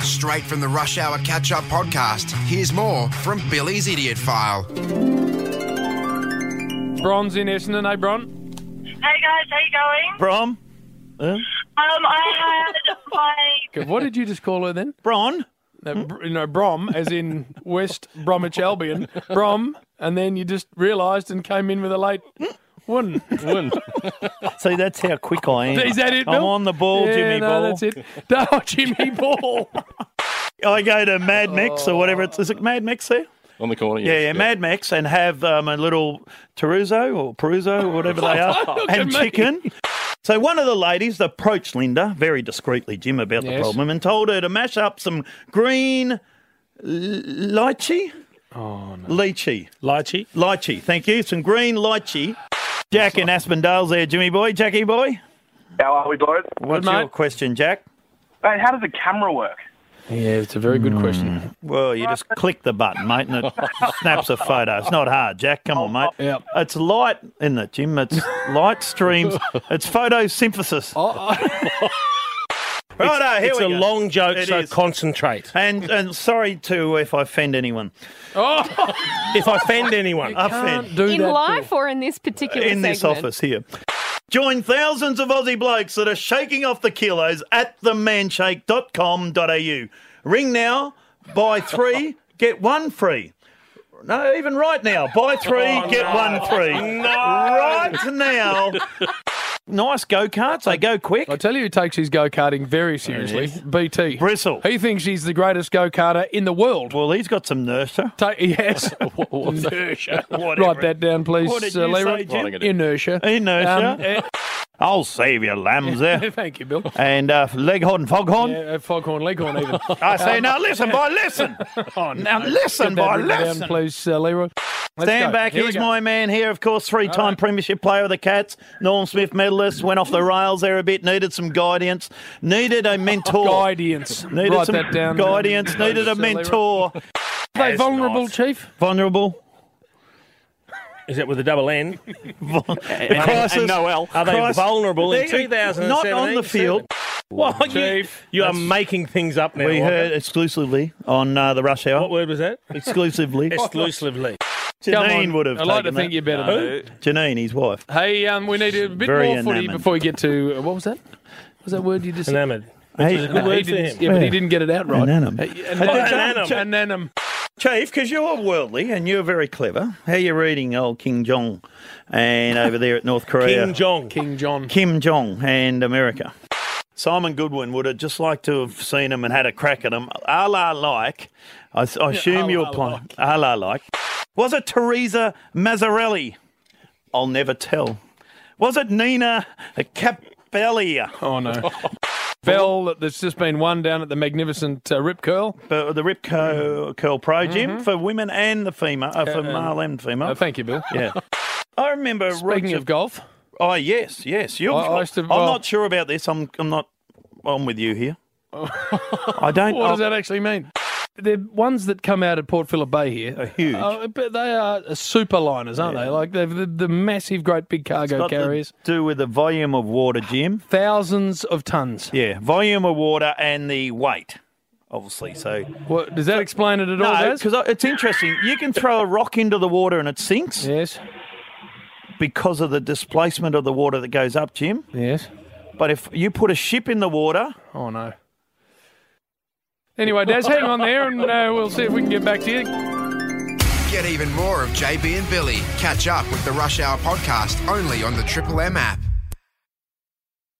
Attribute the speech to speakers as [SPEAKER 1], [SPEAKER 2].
[SPEAKER 1] straight from the Rush Hour Catch Up podcast. Here's more from Billy's Idiot File.
[SPEAKER 2] Bron's in Essendon, eh, Bron?
[SPEAKER 3] Hey guys, how you going?
[SPEAKER 4] Brom. Uh,
[SPEAKER 3] Um, I had my
[SPEAKER 2] Okay, What did you just call her then?
[SPEAKER 4] Bron.
[SPEAKER 2] No, Br- no, Brom, as in West Bromwich Albion. Brom, and then you just realised and came in with a late one.
[SPEAKER 5] Wouldn't.
[SPEAKER 4] See, that's how quick I am.
[SPEAKER 2] Is that it,
[SPEAKER 4] I'm
[SPEAKER 2] Bill?
[SPEAKER 4] on the ball,
[SPEAKER 2] Yeah,
[SPEAKER 4] Jimmy
[SPEAKER 2] no,
[SPEAKER 4] Ball.
[SPEAKER 2] that's it. No, Jimmy Ball.
[SPEAKER 4] I go to Mad Max or whatever it's. Is it Mad Max there?
[SPEAKER 5] On the corner.
[SPEAKER 4] Yeah,
[SPEAKER 5] yes,
[SPEAKER 4] yeah, Mad Max, and have um, a little Teruzzo or Peruzzo or whatever they are, and
[SPEAKER 2] at me.
[SPEAKER 4] chicken. So one of the ladies approached Linda very discreetly, Jim, about the
[SPEAKER 2] Yes.
[SPEAKER 4] problem, and told her to mash up some green l- lychee. Oh no, lychee,
[SPEAKER 6] Lychee.
[SPEAKER 4] lychee. Thank you. Some green lychee. Jack in Aspendale's there, Jimmy boy, Jackie boy.
[SPEAKER 7] How are we, boys?
[SPEAKER 2] Good,
[SPEAKER 4] What's
[SPEAKER 2] mate.
[SPEAKER 4] your question, Jack?
[SPEAKER 7] Mate, how does the camera work?
[SPEAKER 2] Yeah, it's a very good
[SPEAKER 4] Hmm.
[SPEAKER 2] question.
[SPEAKER 4] Well, you just click the button, mate, and it snaps a photo. It's not hard, Jack. Come on, mate.
[SPEAKER 2] Yep.
[SPEAKER 4] It's light, isn't it, Jim? It's light streams. It's photosynthesis. Righto, here
[SPEAKER 6] Oh. It's
[SPEAKER 4] we
[SPEAKER 6] a
[SPEAKER 4] go.
[SPEAKER 6] long joke,
[SPEAKER 4] It
[SPEAKER 6] so
[SPEAKER 4] is.
[SPEAKER 6] concentrate.
[SPEAKER 4] and and sorry to if I offend anyone.
[SPEAKER 6] Oh. If I offend anyone,
[SPEAKER 4] Offend
[SPEAKER 2] Do
[SPEAKER 8] In
[SPEAKER 2] that
[SPEAKER 8] life or in this particular
[SPEAKER 4] in this
[SPEAKER 8] segment?
[SPEAKER 4] office here. Join thousands of Aussie blokes that are shaking off the kilos at themanshake.com.au. Ring now, buy three, get one free. No, even right now, buy three, get one free. Right now. Nice go karts, they go quick.
[SPEAKER 2] I tell you, he takes his go karting very seriously. BT
[SPEAKER 4] Bristle.
[SPEAKER 2] He thinks he's the greatest go karter in the world.
[SPEAKER 4] Well, he's got some nurture.
[SPEAKER 2] Ta- yes. inertia. Write that down, please,
[SPEAKER 4] What did
[SPEAKER 2] uh,
[SPEAKER 4] you
[SPEAKER 2] Leroy.
[SPEAKER 4] say, Jim?
[SPEAKER 2] Inertia. Um,
[SPEAKER 4] Inertia.
[SPEAKER 2] eh,
[SPEAKER 4] I'll save your lambs there.
[SPEAKER 2] thank you, Bill.
[SPEAKER 4] And uh, Leghorn Foghorn.
[SPEAKER 2] Yeah, uh, foghorn leghorn even.
[SPEAKER 4] I say, now listen, boy, listen. Oh, now listen,
[SPEAKER 2] Get that
[SPEAKER 4] boy,
[SPEAKER 2] written
[SPEAKER 4] listen.
[SPEAKER 2] down, please, uh, Leroy. Let's
[SPEAKER 4] Stand
[SPEAKER 2] go.
[SPEAKER 4] back.
[SPEAKER 2] Here we
[SPEAKER 4] Here's
[SPEAKER 2] go.
[SPEAKER 4] my man here, of course, three time Premiership player of the Cats, Norm Smith medalist, went off the rails there a bit, needed some guidance, needed a mentor.
[SPEAKER 2] guidance.
[SPEAKER 4] Needed
[SPEAKER 2] Write
[SPEAKER 4] some
[SPEAKER 2] that down.
[SPEAKER 4] guidance,
[SPEAKER 2] Um,
[SPEAKER 4] needed a
[SPEAKER 2] please, uh, Leroy.
[SPEAKER 4] mentor.
[SPEAKER 2] Are they vulnerable,
[SPEAKER 4] nice.
[SPEAKER 2] Chief?
[SPEAKER 4] Vulnerable.
[SPEAKER 6] is it with a double N?
[SPEAKER 4] The crisis.
[SPEAKER 5] And Noel.
[SPEAKER 6] Are they
[SPEAKER 4] Christ.
[SPEAKER 6] vulnerable in
[SPEAKER 4] They-
[SPEAKER 6] 2017?
[SPEAKER 4] Not on the field.
[SPEAKER 6] Well, you,
[SPEAKER 2] Chief,
[SPEAKER 6] you are making things up now.
[SPEAKER 4] We
[SPEAKER 6] Walker.
[SPEAKER 4] heard exclusively on uh, the rush hour.
[SPEAKER 6] What word was that?
[SPEAKER 4] Exclusively.
[SPEAKER 6] Exclusively.
[SPEAKER 2] Come
[SPEAKER 4] Janine
[SPEAKER 2] on.
[SPEAKER 4] would have.
[SPEAKER 2] I like to
[SPEAKER 4] taken
[SPEAKER 2] think
[SPEAKER 4] that.
[SPEAKER 2] you're better than that.
[SPEAKER 4] Janine, his wife.
[SPEAKER 2] Hey, um, we need a bit
[SPEAKER 4] Very
[SPEAKER 2] more footy
[SPEAKER 4] enamoured.
[SPEAKER 2] before we get to. uh, What was that? What was that word you just said?
[SPEAKER 6] Enamoured.
[SPEAKER 4] Hey,
[SPEAKER 6] is a good
[SPEAKER 2] He
[SPEAKER 6] word for
[SPEAKER 2] didn't,
[SPEAKER 6] him.
[SPEAKER 2] yeah, but he
[SPEAKER 4] Yeah.
[SPEAKER 2] didn't get it out right.
[SPEAKER 4] Enamoured.
[SPEAKER 2] Hey,
[SPEAKER 6] Enamoured.
[SPEAKER 2] Enamoured.
[SPEAKER 4] Chief, because you're worldly and you're very clever, how you reading old King Jong and over there at North Korea?
[SPEAKER 6] King Jong.
[SPEAKER 2] King John.
[SPEAKER 4] Kim Jong and America. Simon Goodwin would have just liked to have seen him and had a crack at him. A la like, I, s- I assume you're playing. A la like. Was it Teresa Mazzarelli? I'll never tell. Was it Nina Capelli?
[SPEAKER 2] Oh no. Bell, there's just been one down at the magnificent uh, Rip Curl.
[SPEAKER 4] But the Rip Curl, Curl Pro Gym for women and the female, uh, for male and female.
[SPEAKER 2] Uh, thank you, Bill.
[SPEAKER 4] yeah. I remember
[SPEAKER 2] Speaking
[SPEAKER 4] Roger-
[SPEAKER 2] of golf,
[SPEAKER 4] Oh yes, yes. You're,
[SPEAKER 2] I- I
[SPEAKER 4] I,
[SPEAKER 2] used to-
[SPEAKER 4] am
[SPEAKER 2] well-
[SPEAKER 4] not sure about this. I'm I'm not. I'm with you here. I don't.
[SPEAKER 2] Oh. what does
[SPEAKER 4] I-
[SPEAKER 2] that actually mean? The Oh. ones that come out at Port Phillip Bay here
[SPEAKER 4] Are huge.
[SPEAKER 2] uh, but they are super liners, aren't they? Like they're the, the massive, great big cargo
[SPEAKER 4] got to
[SPEAKER 2] carriers,
[SPEAKER 4] do with the volume of water, Jim.
[SPEAKER 2] thousands of tons.
[SPEAKER 4] Yeah, volume of water and the weight, obviously. So
[SPEAKER 2] What, does that explain it at all,
[SPEAKER 4] no,
[SPEAKER 2] Daz?
[SPEAKER 4] because it's interesting. You can throw a rock into the water and it sinks
[SPEAKER 2] Yes,
[SPEAKER 4] because of the displacement of the water that goes up, Jim.
[SPEAKER 2] yes.
[SPEAKER 4] But if you put a ship in the water,
[SPEAKER 2] Oh no. Anyway, Daz, hang on there, and uh, we'll see if we can get back to you.
[SPEAKER 1] Get even more of JB and Billy. Catch up with the Rush Hour podcast only on the Triple M app.